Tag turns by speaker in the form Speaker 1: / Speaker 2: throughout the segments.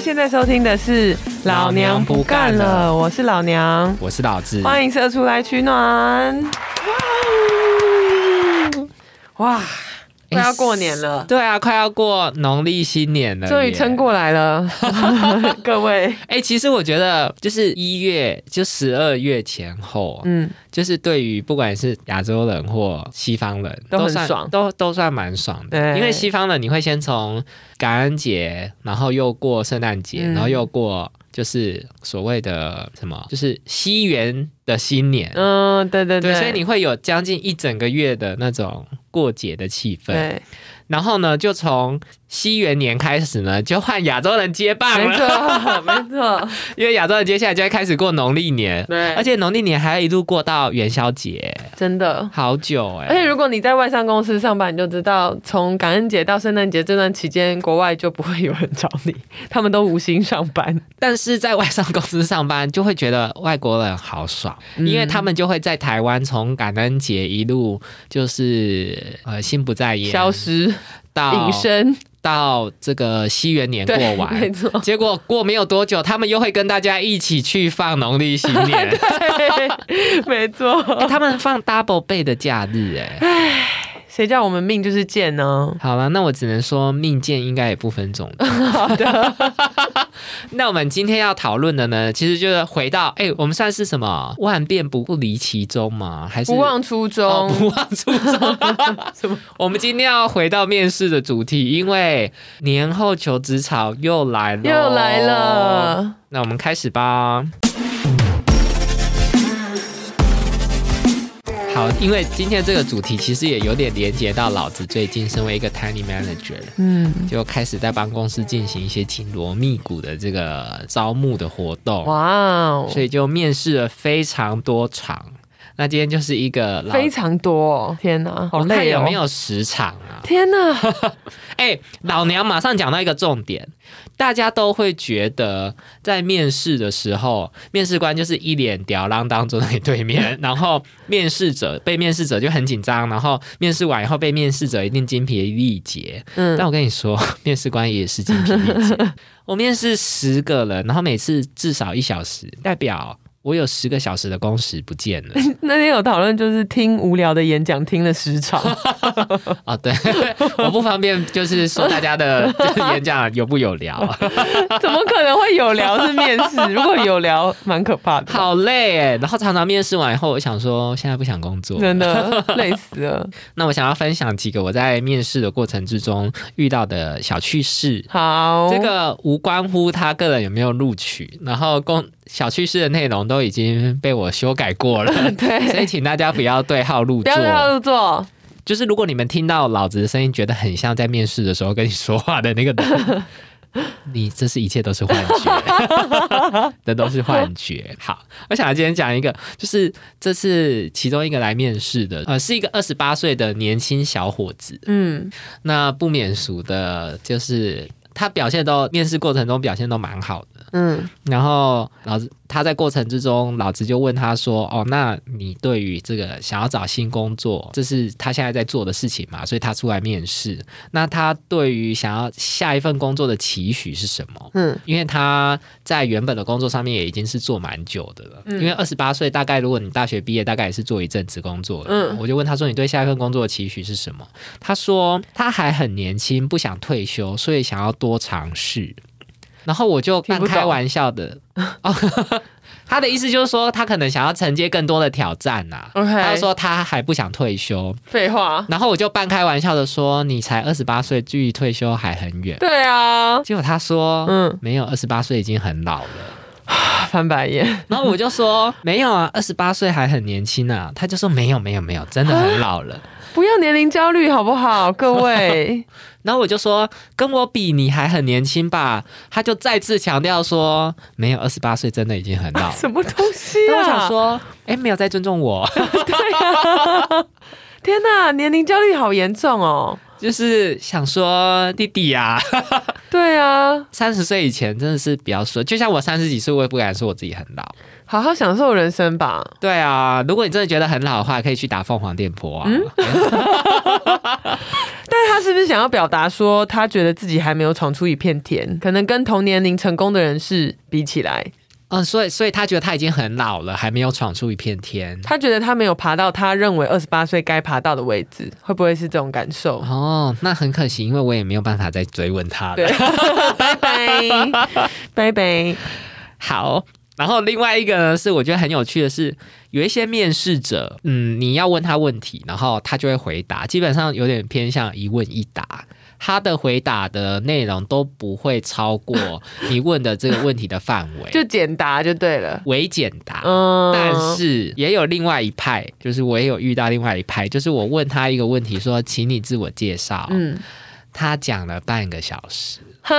Speaker 1: 现在收听的是《老娘不干
Speaker 2: 老娘不干
Speaker 1: 了》，
Speaker 2: 了
Speaker 1: 我是老娘，
Speaker 2: 我是老志，
Speaker 1: 欢迎射出来取暖。哇哦，哇，快要过年了，
Speaker 2: 对啊，快要过农历新年了，
Speaker 1: 终于撑。过来 了， 各位。
Speaker 2: 哎、其实我觉得就是一月就十二月前后，
Speaker 1: 嗯，
Speaker 2: 就是对于不管是亚洲人或西方人，
Speaker 1: 都很
Speaker 2: 算
Speaker 1: 爽
Speaker 2: 都都算蛮爽的。
Speaker 1: 对
Speaker 2: 因为西方人你会先从感恩节，然后又过圣诞节，
Speaker 1: 嗯
Speaker 2: 然后又过就是所谓的什么，就是西元的新年。
Speaker 1: 嗯，对对
Speaker 2: 对，所以你会有将近一整个月的那种过节的气氛。
Speaker 1: 对，
Speaker 2: 然后呢，就从西元年开始呢，就换亚洲人接棒
Speaker 1: 没
Speaker 2: 了，
Speaker 1: 错没错，
Speaker 2: 因为亚洲人接下来就会开始过农历年，
Speaker 1: 对，
Speaker 2: 而且农历年还要一路过到元宵节，
Speaker 1: 真的。
Speaker 2: 好久哎、
Speaker 1: 而且如果你在外商公司上班，你就知道，从感恩节到圣诞节这段期间，国外就不会有人找你，他们都无心上班，
Speaker 2: 但是在外商公司上班，就会觉得外国人好爽，
Speaker 1: 嗯
Speaker 2: 因为他们就会在台湾从感恩节一路就是呃心不在焉，
Speaker 1: 消失、
Speaker 2: 到
Speaker 1: 隐身，
Speaker 2: 到这个西元年
Speaker 1: 对，
Speaker 2: 过完，
Speaker 1: 没 错。
Speaker 2: 结果过没有多久，他们又会跟大家一起去放农历新 年，
Speaker 1: 对没错，
Speaker 2: 欸他们放 double 倍的假日、哎，
Speaker 1: 谁叫我们命就是贱呢？
Speaker 2: 好了，那我只能说命贱应该也不分种 族。 那我们今天要讨论的呢，其实就是回到，哎、我们算是什么万变不离其宗吗？还是
Speaker 1: 不忘初衷，
Speaker 2: 哦不忘初衷。
Speaker 1: 什么？
Speaker 2: 我们今天要回到面试的主题，因为年后求职潮又来了，
Speaker 1: 又来。了。
Speaker 2: 那我们开始吧。好，因为今天这个主题其实也有点连接到老子最近身为一个 tiny manager，
Speaker 1: 嗯，
Speaker 2: 就开始在帮公司进行一些紧锣密鼓的这个招募的活动，
Speaker 1: 哇哦，
Speaker 2: 所以就面试了非常多场。那今天就是一个老
Speaker 1: 非常多、哦，天哪，好
Speaker 2: 我看
Speaker 1: 累哦！
Speaker 2: 有没？有十场啊？
Speaker 1: 天哪，
Speaker 2: 哎、老娘马上讲到一个重点，大家都会觉得在面试的时候，面试官就是一脸吊儿郎当坐在你对面，然后面试者被面试者就很紧张，然后面试完以后被面试者一定精疲力竭。
Speaker 1: 嗯
Speaker 2: 但我跟你说，面试官也是精疲力竭。我面试十个人，然后每次至少一小时，代表我有十个小时的工时不见了。
Speaker 1: 那天有讨论，就是听无聊的演讲听了十 场，
Speaker 2: 哦，对，我不方便就是说大家的 就是演讲有不有聊。
Speaker 1: 怎么可能会有聊是面 试？如果有聊，蛮可怕的。
Speaker 2: 好累哎，然后常常面试完以后，我想说现在不想工作。
Speaker 1: 真的累死了。
Speaker 2: 那我想要分享几个我在面试的过程之中遇到的小趣事，
Speaker 1: 好，，
Speaker 2: 这个无关乎他个人有没有录取，然后公小趣事的内容都已经被我修改过了
Speaker 1: 对
Speaker 2: 所以请大家不要对号入
Speaker 1: 不
Speaker 2: 座
Speaker 1: 要。让他入座，
Speaker 2: 就是如果你们听到老子的声音，觉得很像在面试的时候跟你说话的那个人，你这是一切都是幻觉，这都是幻觉。好，我想今天讲一个，就是这是其中一个来面试的，呃，是一个二十八岁的年轻小伙子，
Speaker 1: 嗯，
Speaker 2: 那不免俗的就是。他表现都面试过程中表现都蛮好的，
Speaker 1: 嗯，
Speaker 2: 然后老子他在过程之中，老子就问他说：“哦，那你对于这个想要找新工作，这是他现在在做的事情嘛？所以他出来面试。那他对于想要下一份工作的期许是什么？
Speaker 1: 嗯，
Speaker 2: 因为他在原本的工作上面也已经是做蛮久的了。
Speaker 1: 嗯
Speaker 2: 因为二十八岁，大概如果你大学毕业，大概也是做一阵子工作了。
Speaker 1: 嗯
Speaker 2: 我就问他说：你对下一份工作的期许是什么？他说他还很年轻，不想退休，所以想要多尝试。然后我就
Speaker 1: 听
Speaker 2: 半
Speaker 1: 不懂
Speaker 2: 开玩笑的，哦， 他的意思就是说，他可能想要承接更多的挑战呐、啊。
Speaker 1: OK
Speaker 2: 他就说他还不想退休，
Speaker 1: 废话，
Speaker 2: 然后我就半开玩笑的说：“你才二十八岁，距离退休还很 远。
Speaker 1: 对啊”，
Speaker 2: 结果他说：“
Speaker 1: 嗯，
Speaker 2: 没有，二十八岁已经很老了。
Speaker 1: 翻白眼，”
Speaker 2: 然后我就说：“没有啊，二十八岁还很年轻啊。”他就说：“没有，没有，没有，真的
Speaker 1: 啊
Speaker 2: 很老了。
Speaker 1: 不要年龄焦虑好不好，各 位？”
Speaker 2: 然后我就说：“跟我比，你还很年轻吧？”他就再次强调说：“没有，二十八岁真的已经很老 了。
Speaker 1: 什么东西
Speaker 2: 但我
Speaker 1: 啊？
Speaker 2: 想，说，哎、没有在尊重我，
Speaker 1: 天哪，年龄焦虑好严重哦。
Speaker 2: 就是想说弟弟啊，
Speaker 1: 对啊，
Speaker 2: 三十岁以前真的是比较说，就像我三十几岁，我也不敢说我自己很老。
Speaker 1: 好好享受人生吧。
Speaker 2: 对啊，如果 你真的觉得很老的话，可以去打凤凰电波啊。
Speaker 1: 但他是不是想要表达说，他觉得自己还没有闯出一片天，可能跟同年龄成功的人士比起来，
Speaker 2: 嗯，所以所以他觉得他已经很老了，还没有闯出一片天。
Speaker 1: 他觉得他没有爬到他认为二十八岁该爬到的位置，会不会是这种感受？
Speaker 2: 哦，那很可惜，因为我也没有办法再追问他
Speaker 1: 对
Speaker 2: 了。，
Speaker 1: 拜拜，拜拜。
Speaker 2: 好，然后另外一个呢，是我觉得很有趣的是，有一些面试者，嗯，你要问他问题，然后他就会回答，基本上有点偏向一问一答。他的回答的内容都不会超 过你问的这个问题的范围，
Speaker 1: 就简答就对了。
Speaker 2: 为简答。
Speaker 1: 嗯，
Speaker 2: 但是也有另外一派，就是我也有遇到另外一派，就是我问他一个问题说，请你自我介绍，
Speaker 1: 嗯，
Speaker 2: 他讲了半个小时，
Speaker 1: 哈，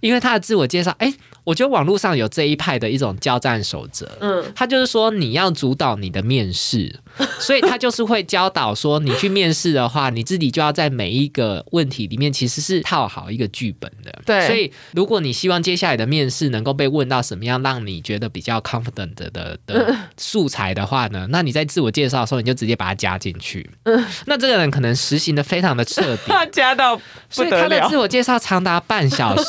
Speaker 2: 因为他的自我介绍，哎、我觉得网络上有这一派的一种交战守则，
Speaker 1: 嗯，
Speaker 2: 他就是说你要主导你的面试，所以他就是会教导说，你去面试的话，你自己就要在每一个问题里面其实是套好一个剧本的。
Speaker 1: 对
Speaker 2: 所以如果你希望接下来的面试能够被问到什么样让你觉得比较 confident 的的
Speaker 1: 嗯
Speaker 2: 的素材的话呢，那你在自我介绍的时候，你就直接把它加进去。
Speaker 1: 嗯
Speaker 2: 那这个人可能实行的非常的彻底，
Speaker 1: 他加到不
Speaker 2: 所以
Speaker 1: 得
Speaker 2: 他的
Speaker 1: 了
Speaker 2: 自，我介绍长达半小 时，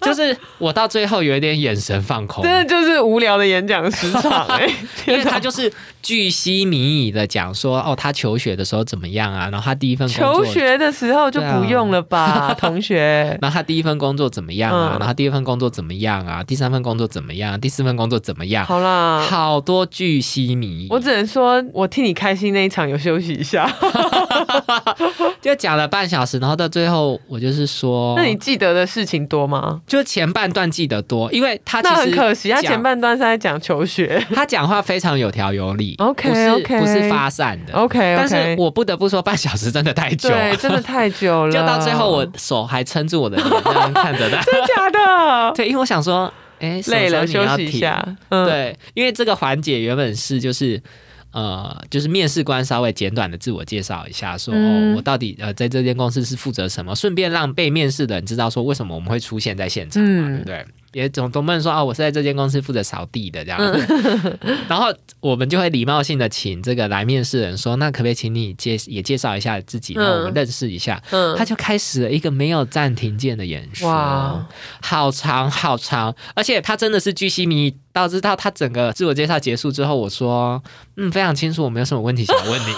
Speaker 2: 就是我到最后有一点眼神放空，
Speaker 1: 真的就是无聊的演讲时长
Speaker 2: 欸
Speaker 1: 哎、
Speaker 2: 因
Speaker 1: 天
Speaker 2: 为他
Speaker 1: 哪
Speaker 2: 就是巨细靡遗的讲说，哦，他求学的时候怎么样啊？然后他第一份工
Speaker 1: 求
Speaker 2: 作，
Speaker 1: 学的时候就不用了吧，
Speaker 2: 啊
Speaker 1: 同 学。
Speaker 2: 然后他第一份工作怎么样啊？
Speaker 1: 嗯
Speaker 2: 然后他第二份工作怎么样啊？第三份工作怎么样？啊第四份工作怎么样？
Speaker 1: 好啦，
Speaker 2: 好多巨细靡遗，
Speaker 1: 我只能说我替你开心那一场有休息一下。
Speaker 2: 哦就讲了半小时，然后到最后我就是说，
Speaker 1: 那你记得的事情多吗？
Speaker 2: 就前半段记得多，因为他其
Speaker 1: 那很
Speaker 2: 实
Speaker 1: 可惜，他
Speaker 2: 讲
Speaker 1: 前半段是在讲求学。
Speaker 2: 他讲话非常有条有理
Speaker 1: OK，
Speaker 2: 不是
Speaker 1: OK
Speaker 2: 不是发散的
Speaker 1: OK，
Speaker 2: 但是我不得不说半小时真的太久了
Speaker 1: 对，，真的太久了，
Speaker 2: 就到最后我手还撑住我的脸，这样看着他。？
Speaker 1: 真的假的
Speaker 2: 对，因为我想说，哎、什么
Speaker 1: 累
Speaker 2: 时候
Speaker 1: 了
Speaker 2: 你
Speaker 1: 休
Speaker 2: 要
Speaker 1: 息一
Speaker 2: 停。
Speaker 1: 下。嗯，
Speaker 2: 对，因为这个环节原本是就是。呃，就是面试官稍微简短的自我介绍一下说，
Speaker 1: 嗯
Speaker 2: 哦，我到底呃在这间公司是负责什么，顺便让被面试的人知道说为什么我们会出现在现场嘛，
Speaker 1: 嗯
Speaker 2: 对不对？也总总不能说啊、我是在这间公司负责扫地的这样子，
Speaker 1: 嗯
Speaker 2: 然后我们就会礼貌性的请这个来面试人说，那可不可以请你介也介绍一下自己，让我们
Speaker 1: 嗯
Speaker 2: 认识一下？
Speaker 1: 嗯
Speaker 2: 他就开始了一个没有暂停键的演说，
Speaker 1: 哇
Speaker 2: 好长好长，而且他真的是巨细靡遗，导致到他整个自我介绍结束之后，我说，嗯，非常清楚，我没有什么问题想问 你。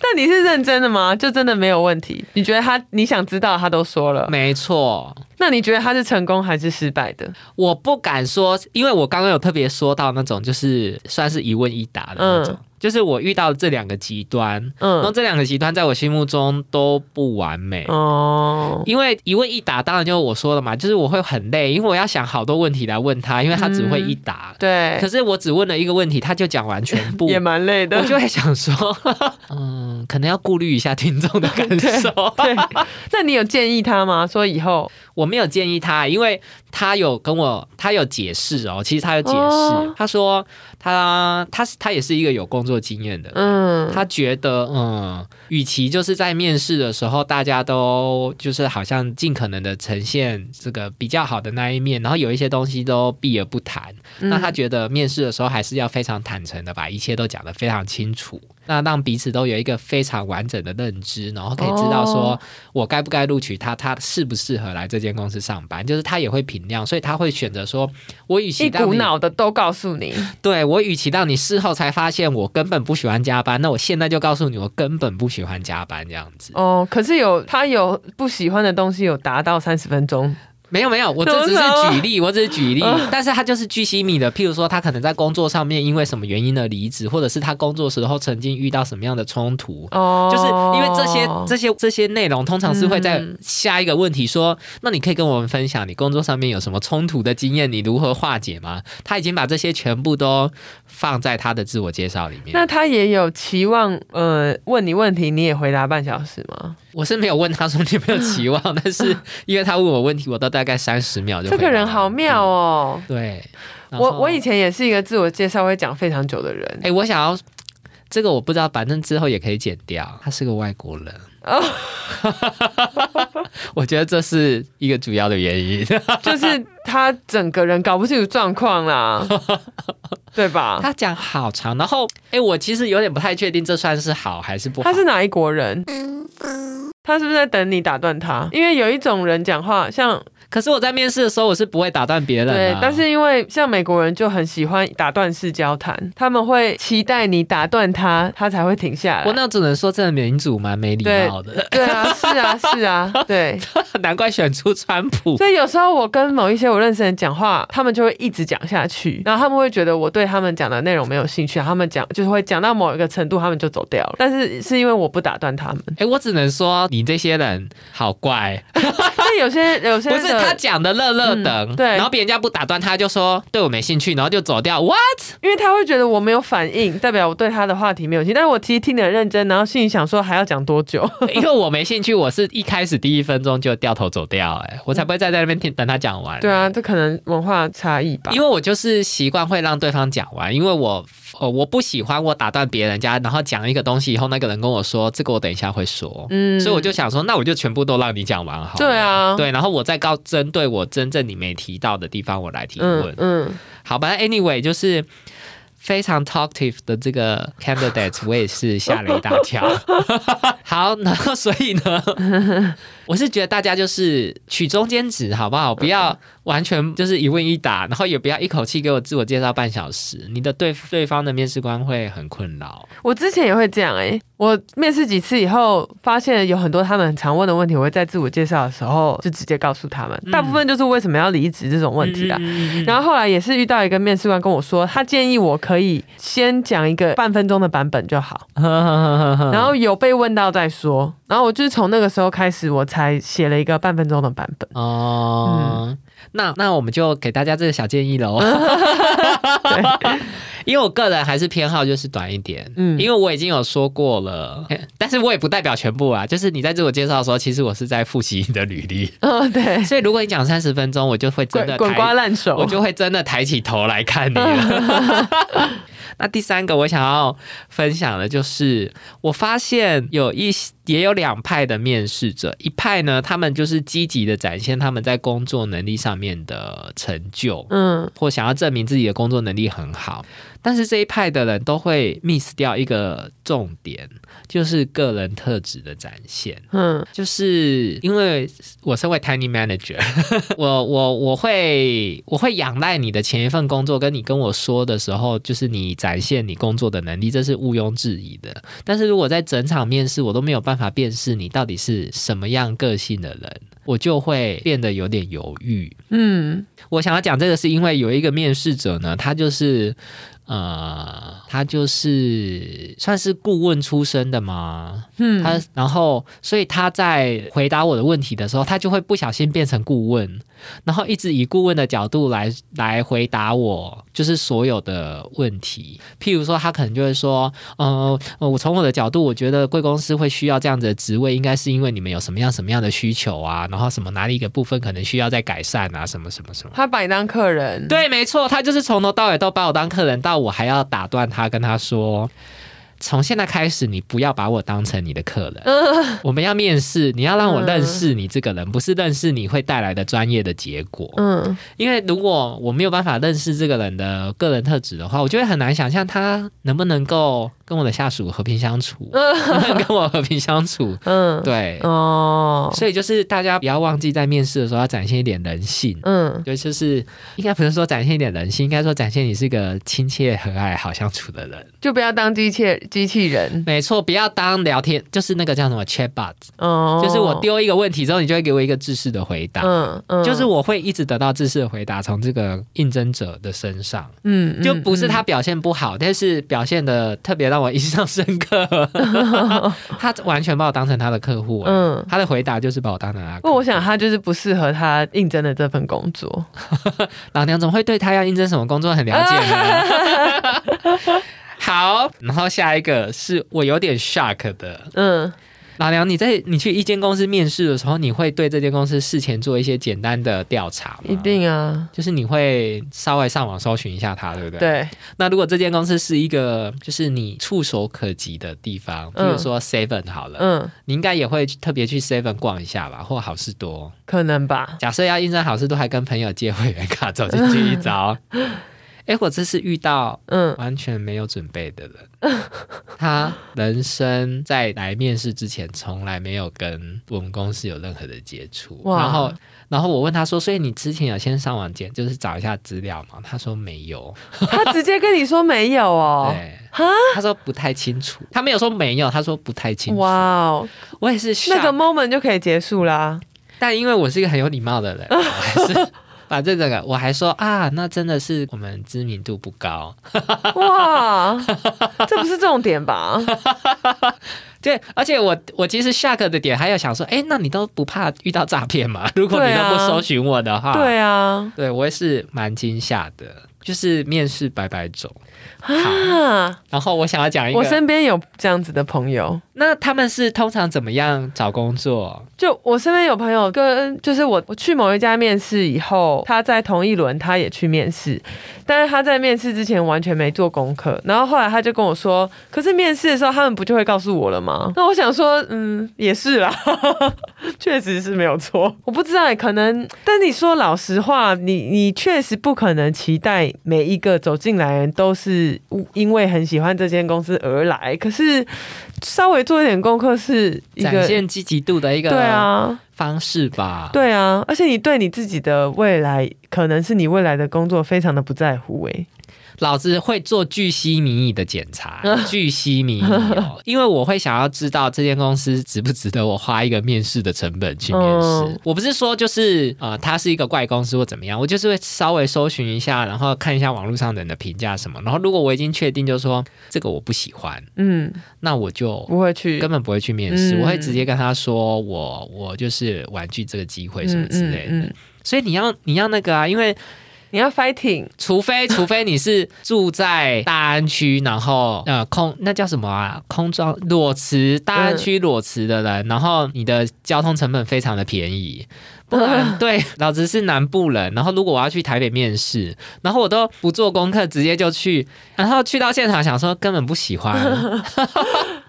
Speaker 1: 但你是认真的吗？就真的没有问题？你觉得他你想知道他都说了，
Speaker 2: 没错，
Speaker 1: 那你觉得他是成功还是失败的？
Speaker 2: 我不敢说，因为我刚刚有特别说到那种，就是算是一问一答的那种，就是我遇到这两个极端，然后
Speaker 1: 嗯，
Speaker 2: 这两个极端在我心目中都不完美。
Speaker 1: 哦，
Speaker 2: 因为一问一答，当然就是我说了嘛，就是我会很累，因为我要想好多问题来问他，因为他只会一答。
Speaker 1: 对
Speaker 2: 可，是我只问了一个问题，他就讲完全 部，
Speaker 1: 也蛮累的
Speaker 2: 我。就会 想说，嗯，可能要顾虑一下听众的感受。
Speaker 1: 对，那你有建议他吗？说以后
Speaker 2: 我没有建议他，因为他有跟我，他有解释哦，其实他有解释，
Speaker 1: 哦
Speaker 2: 他说他他他也是一个有工作经验的人。
Speaker 1: 嗯，
Speaker 2: 他觉得，嗯，与其就是在面试的时候，大家都就是好像尽可能的呈现这个比较好的那一面，然后有一些东西都避而不谈，
Speaker 1: 嗯
Speaker 2: 那他觉得面试的时候还是要非常坦诚的把一切都讲得非常清楚，那让彼此都有一个非常完整的认知，然后可以知道说
Speaker 1: 哦
Speaker 2: 我该不该录取他，他适不适合来这间公司上班，就是他也会评量，所以他会选择说，我与其
Speaker 1: 一
Speaker 2: 让
Speaker 1: 股
Speaker 2: 你
Speaker 1: 脑的都告诉你，
Speaker 2: 对我与其让你事后才发现我根本不喜欢加班，那我现在就告诉你我根本不喜欢加班这样子。
Speaker 1: 哦，可是有他有不喜欢的东西，有达到三十分钟，
Speaker 2: 没有没有，我这只
Speaker 1: 怎么
Speaker 2: 是
Speaker 1: 了
Speaker 2: 举例，我只 是举例，
Speaker 1: 哦
Speaker 2: 但是他就是巨细密的。譬如说，他可能在工作上面因为什么原因的离职，或者是他工作时候曾经遇到什么样的冲突。
Speaker 1: 哦，
Speaker 2: 就是因为这些这些这些内容，通常是会在
Speaker 1: 嗯
Speaker 2: 下一个问题说，那你可以跟我们分享你工作上面有什么冲突的经验，你如何化解吗？他已经把这些全部都放在他的自我介绍里面。
Speaker 1: 那他也有期望，呃，问你问题，你也回答半小时吗？
Speaker 2: 我是没有问他说你有没有期望， 但是因为他问我问题，我都大概三十秒就嗯
Speaker 1: 这个人好妙
Speaker 2: 哦。
Speaker 1: 哦。
Speaker 2: 对，然
Speaker 1: 我
Speaker 2: 后
Speaker 1: 我以前也是一个自我介绍会讲非常久的人
Speaker 2: 哎、，我想要这个我不知道，反正之后也可以剪掉。他是个外国人，
Speaker 1: 哦
Speaker 2: 我觉得这是一个主要的原因。
Speaker 1: 就是他整个人搞不清楚状况 啦，对吧？
Speaker 2: 他讲好长，然后哎、我其实有点不太确定这算是好还是不好。
Speaker 1: 他是哪一国人？他是不是在等你打断他？因为有一种人讲话像
Speaker 2: 可是我在面试的时候，我是不会打断别人、啊。
Speaker 1: 对，但是因为像美国人就很喜欢打断式交谈，他们会期待你打断他，他才会停下来。
Speaker 2: 我那只能说，这个民主蛮没礼貌的，
Speaker 1: 对啊，是啊，是啊，对。
Speaker 2: 难怪选出川普。
Speaker 1: 所以有时候我跟某一些我认识的人讲话，他们就会一直讲下去，然后他们会觉得我对他们讲的内容没有兴趣，他们讲就是会讲到某一个程度，他们就走掉了。但是是因为我不打断 他们，
Speaker 2: 哎、我只能说你这些人好怪，
Speaker 1: 但有些有些
Speaker 2: 不是
Speaker 1: 的
Speaker 2: 他讲的乐乐等、
Speaker 1: 嗯对
Speaker 2: 然后别人家不打断他，就说对我没兴趣，然后就走掉。What？
Speaker 1: 因为他会觉得我没有反应，代表我对他的话题没有兴趣。但是我其实听得很认真，然后心里想说还要讲多久？
Speaker 2: 因为我没兴趣，我是一开始第一分钟就掉头走掉、哎，我才不会再在那边听等他讲完。
Speaker 1: 对啊，这可能文化差异吧。
Speaker 2: 因为我就是习惯会让对方讲完，因为我呃我不喜欢我打断别人家，然后讲一个东西以后，那个人跟我说这个我等一下会说，
Speaker 1: 嗯
Speaker 2: 所以我就想说，那我就全部都让你讲完好了。
Speaker 1: 对啊，
Speaker 2: 对，然后我再告针对我真正你没提到的地方，我来提问。
Speaker 1: 嗯嗯，
Speaker 2: 好吧，anyway，就是非常 talkative 的这个 candidate，我也是吓了一大跳。 好，然后所以呢， 我是觉得大家就是取中间值，好不
Speaker 1: 嗯
Speaker 2: 好？不要完全就是一问一答，然后也不要一口气给我自我介绍半小时，你的对对方的面试官会很困扰。
Speaker 1: 我之前也会这样哎、我面试几次以后，发现有很多他们很常问的问题，我会在自我介绍的时候就直接告诉他们，
Speaker 2: 嗯
Speaker 1: 大部分就是为什么要离职这种问题啦。然
Speaker 2: 后
Speaker 1: 后后来也是遇到一个面试官跟我说，他建议我可以先讲一个半分钟的版本就好，
Speaker 2: 嗯
Speaker 1: 然后 有被问到再说。然后我就是从那个时候开始，我才写了一个半分钟的版 本。
Speaker 2: 哦、那那我们就给大家这个小建议 喽。因为我个人还是偏好就是短一点，嗯，
Speaker 1: 嗯
Speaker 2: 因为我已经有说过了，但是我也不代表全部啊。就是你在自我介绍的时候，其实我是在复习你的履历，
Speaker 1: 嗯，对，
Speaker 2: 所以如果你讲三十分钟，我就会真
Speaker 1: 滚
Speaker 2: 的
Speaker 1: 滚瓜
Speaker 2: 抬，
Speaker 1: 烂熟。
Speaker 2: 我就会真的抬起头来看你了。 那第三个我想要分享的就是，我发现有一些也有两派的面试者，一派呢，他们就是积极的展现他们在工作能力上面的成就，
Speaker 1: 嗯，
Speaker 2: 或想要证明自己的工作能力很好，但是这一派的人都会 miss 掉一个重点，就是个人特质的展现。
Speaker 1: 嗯
Speaker 2: 就是因为我身为 tiny manager，我 我我会我会仰赖你的前一份工作，跟你跟我说的时候，就是你展现你工作的能力，这是毋庸置疑的。但是如果在整场面试我都没有办法辨识你到底是什么样个性的人，我就会变得有点犹豫。
Speaker 1: 嗯，
Speaker 2: 我想要讲这个，是因为有一个面试者呢，他就是呃，他就是算是顾问出身的嘛，嗯，他然后所以他在回答我的问题的时候，他就会不小心变成顾问，然后一直以顾问的角度来来回答我，就是所有的问题。譬如说，他可能就会说，呃，呃我从我的角度，我觉得贵公司会需要这样子的职位，应该是因为你们有什么样什么样的需求啊，然后什么哪里一个部分可能需要再改善啊，什么什么什么。
Speaker 1: 他把你当客人。
Speaker 2: 对，没错，他就是从头到尾都把我当客人，到我还要打断他，跟他说。从现在开始，你不要把我当成你的客人。
Speaker 1: 呃
Speaker 2: 我们要面试，你要让我认识你这个人，不是认识你会带来的专业的结果。
Speaker 1: 嗯，
Speaker 2: 因为如果我没有办法认识这个人的个人特质的话，我就会很难想象他能不能够跟我的下属和平相处，能不能跟我和平相处。
Speaker 1: 呃嗯，
Speaker 2: 对，
Speaker 1: 哦，
Speaker 2: 所以就是大家不要忘记在面试的时候要展现一点人性。
Speaker 1: 嗯，
Speaker 2: 对，就是应该不是说展现一点人性，应该说展现你是个亲切、和蔼、好相处的人。
Speaker 1: 就不要当机器机器人。
Speaker 2: 没错，不要当聊天，就是那个叫什么 chatbot，、
Speaker 1: 哦，
Speaker 2: 就是我丢一个问题之后，你就会给我一个制式的回答。
Speaker 1: 嗯嗯
Speaker 2: 就是我会一直得到制式的回答，从这个应征者的身上，
Speaker 1: 嗯，
Speaker 2: 就不是
Speaker 1: 嗯
Speaker 2: 他表现不好，但是表现的特别让我印象深 刻。他完全把我当成他的客户、欸
Speaker 1: 嗯。
Speaker 2: 他的回答就是把我当成他的客
Speaker 1: 不
Speaker 2: 户。
Speaker 1: 过我想他就是不适合他应征的这份工作。
Speaker 2: 老娘怎么会对他要应征什么工作很了解呢？好，然后下一个是我有点 shock 的，
Speaker 1: 嗯，
Speaker 2: 老娘，你在你去一间公司面试的时候，你会对这间公司事前做一些简单的调查吗？
Speaker 1: 一，定啊，
Speaker 2: 就是你会稍微上网搜寻一下它，对不对？。
Speaker 1: 对，
Speaker 2: 那如果这间公司是一个就是你触手可及的地方，比如
Speaker 1: 嗯
Speaker 2: 说 Seven 好了，
Speaker 1: 嗯，
Speaker 2: 你应该也会特别去 Seven 逛一下吧，或好事多。
Speaker 1: 可能吧。
Speaker 2: 假设要印证好事都还跟朋友借会员卡，走进去一遭。哎，我这次遇到
Speaker 1: 嗯，
Speaker 2: 完全没有准备的人，他人生在来面试之前，从来没有跟我们公司有任何的接触。
Speaker 1: 哇
Speaker 2: 然后，然后我问他说：“所以你之前有先上网检，就是找一下资料吗？”他说没有。
Speaker 1: 他直接跟你说没有哦，
Speaker 2: 对，他说不太清楚，他没有说没有，他说不太清楚。
Speaker 1: 哇哦，
Speaker 2: 我也是 shock,
Speaker 1: 那个 moment 就可以结束啦。
Speaker 2: 但因为我是一个很有礼貌的 人，我还啊是把这整个我还说啊，那真的是我们知名度不高。
Speaker 1: 哇，这不是重点吧？
Speaker 2: 对，而且我我其实 shock 的点还有想说，哎，那你都不怕遇到诈骗吗？如果你
Speaker 1: 对
Speaker 2: 都
Speaker 1: 啊
Speaker 2: 不搜寻我的话，
Speaker 1: 对啊，
Speaker 2: 对我也是蛮惊吓的，就是面试百百种。
Speaker 1: 啊，
Speaker 2: 然后我想要讲一
Speaker 1: 我
Speaker 2: 个，
Speaker 1: 身边有这样子的朋友，
Speaker 2: 那他们是通常怎么样找工作？
Speaker 1: 就我身边有朋友跟，就是我我去某一家面试以后，他在同一轮他也去面试，但是他在面试之前完全没做功课，然后后来他就跟我说，可是面试的时候他们不就会告诉我了吗？那我想说，嗯，也是啦， 确实是没有错， 我不知道，欸可能，但你说老实话，你你确实不可能期待每一个走进来的人都是因为很喜欢这间公司而来，可是稍微做一点功课是一个
Speaker 2: 展现积极度的一
Speaker 1: 对
Speaker 2: 个
Speaker 1: 啊，
Speaker 2: 方式吧。
Speaker 1: 对啊，而且你对你自己的未来，可能是你未来的工作非常的不在乎哎、
Speaker 2: 老子会做巨细靡遗的检查， 巨细靡遗哦，因为我会想要知道这间公司值不值得我花一个面试的成本去面试。
Speaker 1: 嗯
Speaker 2: 我不是说就是呃，它是一个怪公司或怎么样，我就是会稍微搜寻一下，然后看一下网络上的人的评价什么。然后如果我已经确定就是说这个我不喜欢，
Speaker 1: 嗯，
Speaker 2: 那我就。
Speaker 1: 不会去
Speaker 2: 根本不会去面试，
Speaker 1: 嗯
Speaker 2: 我会直接跟他说我我就是婉拒这个机会什么之类的。
Speaker 1: 嗯嗯嗯
Speaker 2: 所以你要你要那个啊，因为
Speaker 1: 你要 fighting，
Speaker 2: 除非除非你是住在大安区，然后呃空那叫什么啊？空装裸辞，大安区裸辞的人，然后你的交通成本非常的便宜。不然，对，老子是南部人。然后，如果我要去台北面试，然后我都不做功课，直接就去，然后去到现场想说根本不喜欢，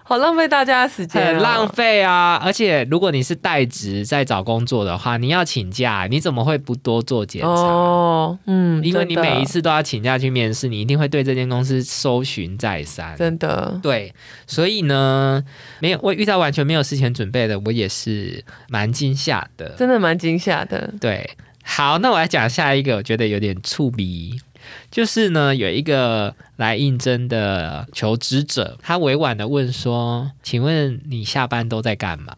Speaker 1: 好浪费大家的时间、
Speaker 2: 很
Speaker 1: 啊，
Speaker 2: 浪费啊！而且，如果你是代职在找工作的话，你要请假，你怎么会不多做检查？
Speaker 1: 哦，嗯，
Speaker 2: 因为你
Speaker 1: 真的
Speaker 2: 每一次都要请假去面试，你一定会对这间公司搜寻再三。
Speaker 1: 真的，
Speaker 2: 对，所以呢，没有我遇到完全没有事前准备的，我也是蛮惊吓的。
Speaker 1: 真的蛮惊吓的，
Speaker 2: 对，好，那我来讲下一个，我觉得有点触鼻，就是呢，有一个来应征的求职者，他委婉的问说：“请问你下班都在干嘛？”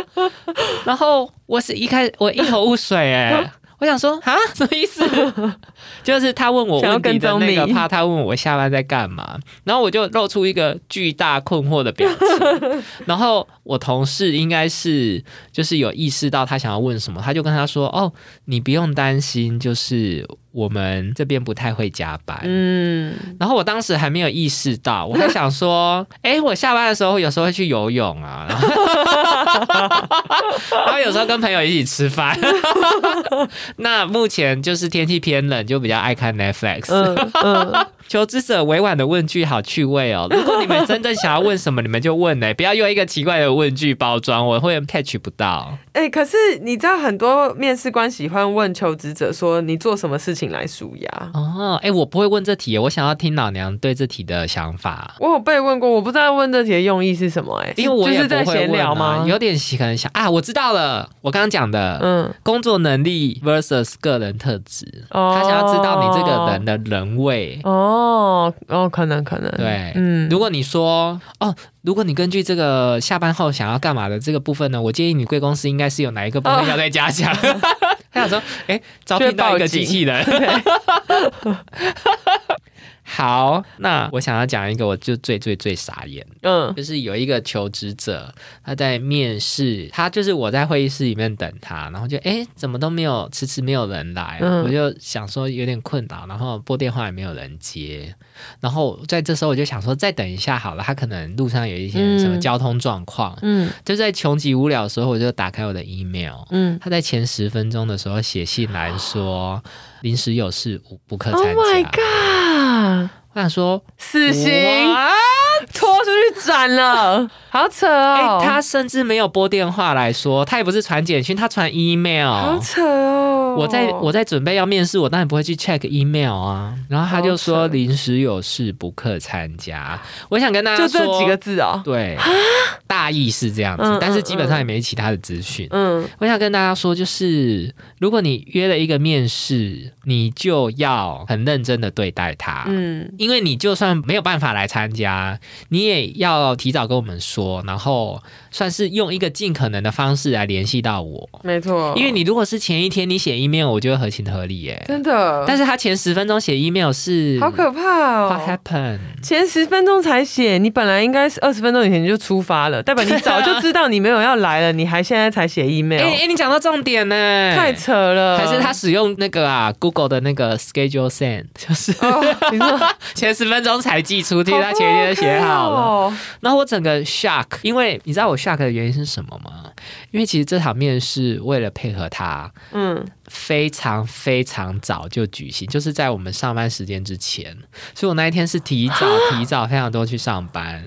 Speaker 2: 然后我是一开始我一头雾水哎、我想说啊，什么意思？ 就是他问我
Speaker 1: 想要
Speaker 2: 问题
Speaker 1: 跟
Speaker 2: 的
Speaker 1: 踪
Speaker 2: 那个
Speaker 1: 你
Speaker 2: 怕他问我下班在干嘛，然后我就露出一个巨大困惑的表情。然后我同事应该是就是有意识到他想要问什么，他就跟他说：“哦，你不用担心，就是我们这边不太会加班。
Speaker 1: 嗯，
Speaker 2: 然后我当时还没有意识到，我还想说，哎、我下班的时候有时候会去游泳啊， 然后然后有时候跟朋友一起吃饭。 那目前就是天气偏冷，就比较爱看 Netflix。
Speaker 1: 嗯 嗯，
Speaker 2: 求职者委婉的问句好趣味哦，如果你们真正想要问什么，你们就问欸嘞、不要用一个奇怪的问句包装，我会 catch 不到。
Speaker 1: 哎、可是你知道很多面试官喜欢问求职者说你做什么事情来舒压。
Speaker 2: 哦，哎、我不会问这题，我想要听老娘对这题的想法。
Speaker 1: 我有被问过，我不知道问这题的用意是什么、哎，
Speaker 2: 因为我
Speaker 1: 就
Speaker 2: 也
Speaker 1: 是
Speaker 2: 不
Speaker 1: 在
Speaker 2: 会
Speaker 1: 闲
Speaker 2: 问
Speaker 1: 聊
Speaker 2: 啊
Speaker 1: 吗？
Speaker 2: 有点喜可能想啊，我知道了，我刚刚讲的、
Speaker 1: 嗯，
Speaker 2: 工作能力 versus 个人特质，
Speaker 1: 哦
Speaker 2: 他想要知道你这个人的人味。
Speaker 1: 哦哦，可能可能，
Speaker 2: 对，
Speaker 1: 嗯，
Speaker 2: 如果你说哦，如果你根据这个下班后想要干嘛的这个部分呢，我建议你贵公司应该是有哪一个部分要再加 强。他想说，哎、招聘到一个机器人。 好，那我想要讲一个，我就最最最傻眼。
Speaker 1: 嗯
Speaker 2: 就是有一个求职者，他在面试，他就是我在会议室里面等他，然后就诶怎么都没有，迟迟没有人来，啊
Speaker 1: 嗯
Speaker 2: 我就想说有点困扰，然后拨电话也没有人接，然后在这时候我就想说再等一下好了，他可能路上有一些什么
Speaker 1: 嗯
Speaker 2: 交通状况，
Speaker 1: 嗯
Speaker 2: 就在穷极无聊的时候，我就打开我的 email，
Speaker 1: 嗯
Speaker 2: 他在前十分钟的时候写信来说临时有事无不可
Speaker 1: ，Oh
Speaker 2: 参
Speaker 1: my
Speaker 2: 加，
Speaker 1: god，
Speaker 2: 我想说
Speaker 1: 死刑
Speaker 2: 哇
Speaker 1: 拖出去斩 了，好扯
Speaker 2: 哎、
Speaker 1: 哦，
Speaker 2: 他甚至没有拨电话来说，他也不是传简讯，他传 email，
Speaker 1: 好扯哦，哦
Speaker 2: 我在我在准备要面试，我当然不会去 check email 啊。然后他就
Speaker 1: 好
Speaker 2: 说
Speaker 1: 扯
Speaker 2: 临时有事不可参加。我想跟大家
Speaker 1: 就
Speaker 2: 说，
Speaker 1: 这几个字哦，
Speaker 2: 对，大意是这样子，
Speaker 1: 嗯嗯
Speaker 2: 但是基本上也没其他的资讯。
Speaker 1: 嗯，
Speaker 2: 我想跟大家说，就是如果你约了一个面试，你就要很认真的对待它。
Speaker 1: 嗯，
Speaker 2: 因为你就算没有办法来参加，你也要提早跟我们说，然后算是用一个尽可能的方式来联系到我。
Speaker 1: 没错，
Speaker 2: 因为你如果是前一天你写 email，我觉得合情合理耶。
Speaker 1: 真的，
Speaker 2: 但
Speaker 1: 是
Speaker 2: 是他前十分钟写 email 是
Speaker 1: 好可怕
Speaker 2: What
Speaker 1: 哦！
Speaker 2: happened？
Speaker 1: 前十分钟才写，你本来应该是二十分钟以前就出发了，代表你早就知道你没有要来了，你还现在才写
Speaker 2: 哎
Speaker 1: email，、
Speaker 2: 哎、你讲到重点呢，
Speaker 1: 太扯了。
Speaker 2: 还是他使用那个啊 Google 的那个 Schedule Send，就是
Speaker 1: 哦，你说
Speaker 2: 前十分钟才寄出去，他前一天
Speaker 1: 哦
Speaker 2: 就写好了。
Speaker 1: 了，
Speaker 2: 然后我整个 shock，因为你知道我 shock 的原因是什么吗？因为其实这场面试为了配合他，
Speaker 1: 嗯，
Speaker 2: 非常非常早就举行，就是在我们上班时间之前，所以我那一天是提 早提早非常多去上班，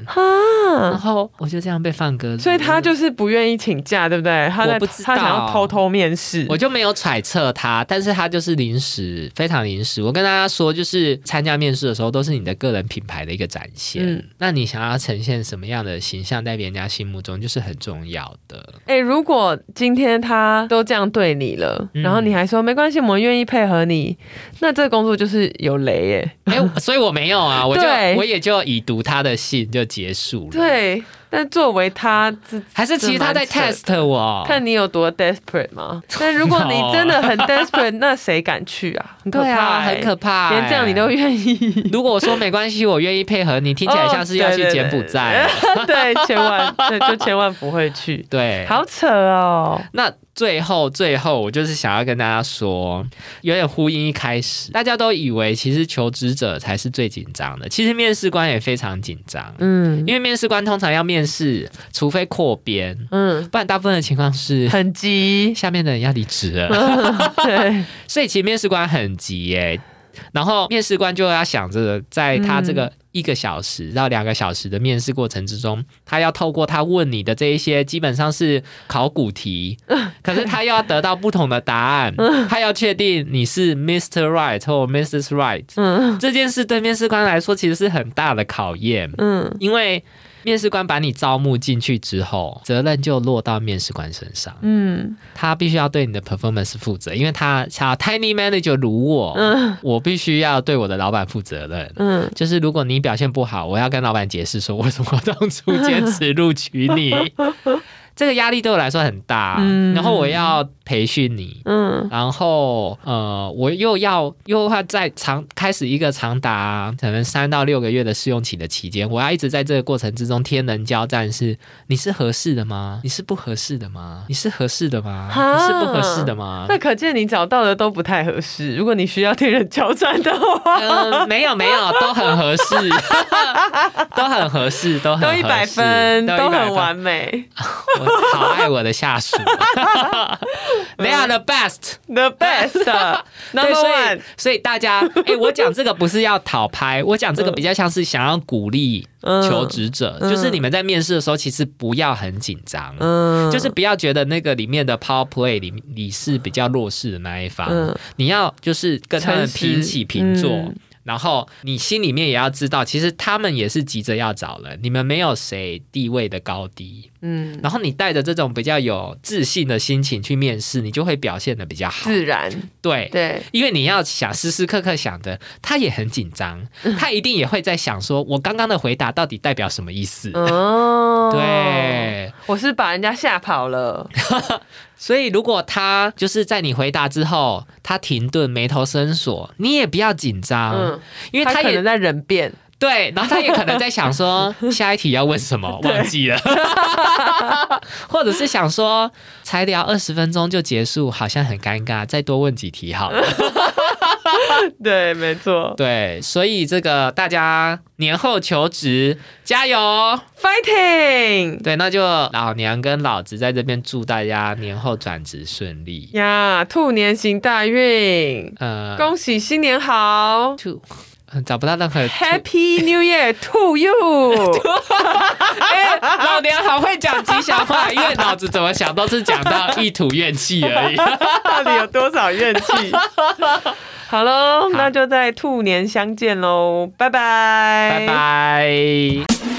Speaker 2: 然后我就这样被放鸽子，
Speaker 1: 所以他就是不愿意请假，对不对？他在
Speaker 2: 我不知道
Speaker 1: 他想要偷偷面试，
Speaker 2: 我就没有揣测他，但是他就是临时，非常临时。我跟大家说，就是参加面试的时候，都是你的个人品牌的一个展现。
Speaker 1: 嗯
Speaker 2: 那你想要呈现什么样的形象在别人家心目中，就是很重要的。
Speaker 1: 哎、如果今天他都这样对你了，
Speaker 2: 嗯
Speaker 1: 然后你还说没关系，我们愿意配合你，那这个工作就是有雷耶。
Speaker 2: 哎、所以我没有啊，我就
Speaker 1: 对
Speaker 2: 我也就已读他的信就结束了。，
Speaker 1: 对，但作为他，这
Speaker 2: 还是其实他在
Speaker 1: 这蛮扯
Speaker 2: test 我。
Speaker 1: 看你有多 desperate 嘛。但如果你真 的很 desperate，那谁敢去啊？很可
Speaker 2: 对
Speaker 1: 怕、
Speaker 2: 啊，很可怕、？
Speaker 1: 连这样你都。愿意
Speaker 2: 如果我说没关系，我愿意配合你，听起来像是要去柬埔寨。
Speaker 1: 哦对对对对，千万 对，就千万不会去，
Speaker 2: 对，
Speaker 1: 好扯哦。
Speaker 2: 那最后，最后，我就是想要跟大家说，有点呼应一开始，大家都以为其实求职者才是最紧张的，其实面试官也非常紧张，
Speaker 1: 嗯
Speaker 2: 因为面试官通常要面试，除非扩编，
Speaker 1: 嗯，
Speaker 2: 不然大部分的情况是
Speaker 1: 很急，
Speaker 2: 下面的人要离职了，
Speaker 1: 对，
Speaker 2: 所以其实面试官很急耶、然后面试官就要想着，在他这个一个小时到两个小时的面试过程之中，他要透过他问你的这一些，基本上是考古题，可是他又要得到不同的答案，他要确定你是 Mr. Right 或 Mrs. Right
Speaker 1: 嗯
Speaker 2: 这件事，对面试官来说其实是很大的考验，
Speaker 1: 嗯，
Speaker 2: 因为面试官把你招募进去之后，责任就落到面试官身上。
Speaker 1: 嗯
Speaker 2: 他必须要对你的 performance 负责，因为他他 tiny manager 如我，我必须要对我的老板负责任。
Speaker 1: 嗯，
Speaker 2: 就是如果你表现不好，我要跟老板解释说为什么当初坚持录取你，这个压力对我来说很大。
Speaker 1: 嗯
Speaker 2: 然后我要培训你，
Speaker 1: 嗯
Speaker 2: 然后呃，我又要又要在长开始一个长达可能三到六个月的试用期的期间，我要一直在这个过程之中天人交战是，你是合适的吗？你是不合适的吗？你是合适的吗？
Speaker 1: 哈
Speaker 2: 你是不合适 的吗？
Speaker 1: 那可见你找到的都不太合适。如果你需要天人交战的 话，
Speaker 2: 呃，没有没有，都很合适， 都很合适，都很
Speaker 1: 都
Speaker 2: 合
Speaker 1: 一
Speaker 2: 适
Speaker 1: 百分，
Speaker 2: 都
Speaker 1: 都
Speaker 2: 100
Speaker 1: 很
Speaker 2: 分
Speaker 1: 完美。
Speaker 2: 我好爱我的下属啊 ，They are the best。
Speaker 1: The best
Speaker 2: 对，
Speaker 1: number
Speaker 2: 所
Speaker 1: one
Speaker 2: 以。所以 大家，哎、我讲这个不是要讨拍，我讲这个比较像是想要鼓励
Speaker 1: 嗯
Speaker 2: 求职者，就是你们在面试的时候，其实不要很紧张。
Speaker 1: 嗯
Speaker 2: 就是不要觉得那个里面的 Power Play 里你是比较弱势的那一方，
Speaker 1: 嗯
Speaker 2: 你要就是跟他们
Speaker 1: 诚实
Speaker 2: 平起平坐，
Speaker 1: 嗯
Speaker 2: 然后你心里面也要知道，其实他们也是急着要找人，你们没有谁地位的高低，
Speaker 1: 嗯，
Speaker 2: 然后你带着这种比较有自信的心情去面试，你就会表现的比较好。
Speaker 1: 自然
Speaker 2: 对，
Speaker 1: 对，
Speaker 2: 因为你要想时时刻刻想的，他也很紧张，
Speaker 1: 嗯
Speaker 2: 他一定也会在想说，我刚刚的回答到底代表什么意思？
Speaker 1: 哦，，
Speaker 2: 对，
Speaker 1: 我是把人家吓跑了。
Speaker 2: 所以如果他就是在你回答之后，他停顿、眉头深锁，你也不要紧张，
Speaker 1: 嗯，
Speaker 2: 因为
Speaker 1: 他
Speaker 2: 他
Speaker 1: 可
Speaker 2: 也
Speaker 1: 能在人变，
Speaker 2: 对，然后他也可能在 想说下一题要问什么，忘记了， 或者是想说才聊二十分钟就结束，好像很尴尬，再多问几题好了。
Speaker 1: 对，没错
Speaker 2: 对，所以这个大家年后求职加油！
Speaker 1: ，fighting
Speaker 2: 对，那就老娘跟老子在这边祝大家年后转职顺利。
Speaker 1: 呀，兔年行大运，
Speaker 2: 呃
Speaker 1: 恭喜新年好，
Speaker 2: ，two 找不到任何
Speaker 1: Happy New Year to you！
Speaker 2: 哎、老娘好会讲吉祥话，因为脑子怎么想都是讲到一吐怨气而已。
Speaker 1: 到底有多少怨气？ 好喽，那就在兔年相见喽，拜拜，
Speaker 2: 拜。拜。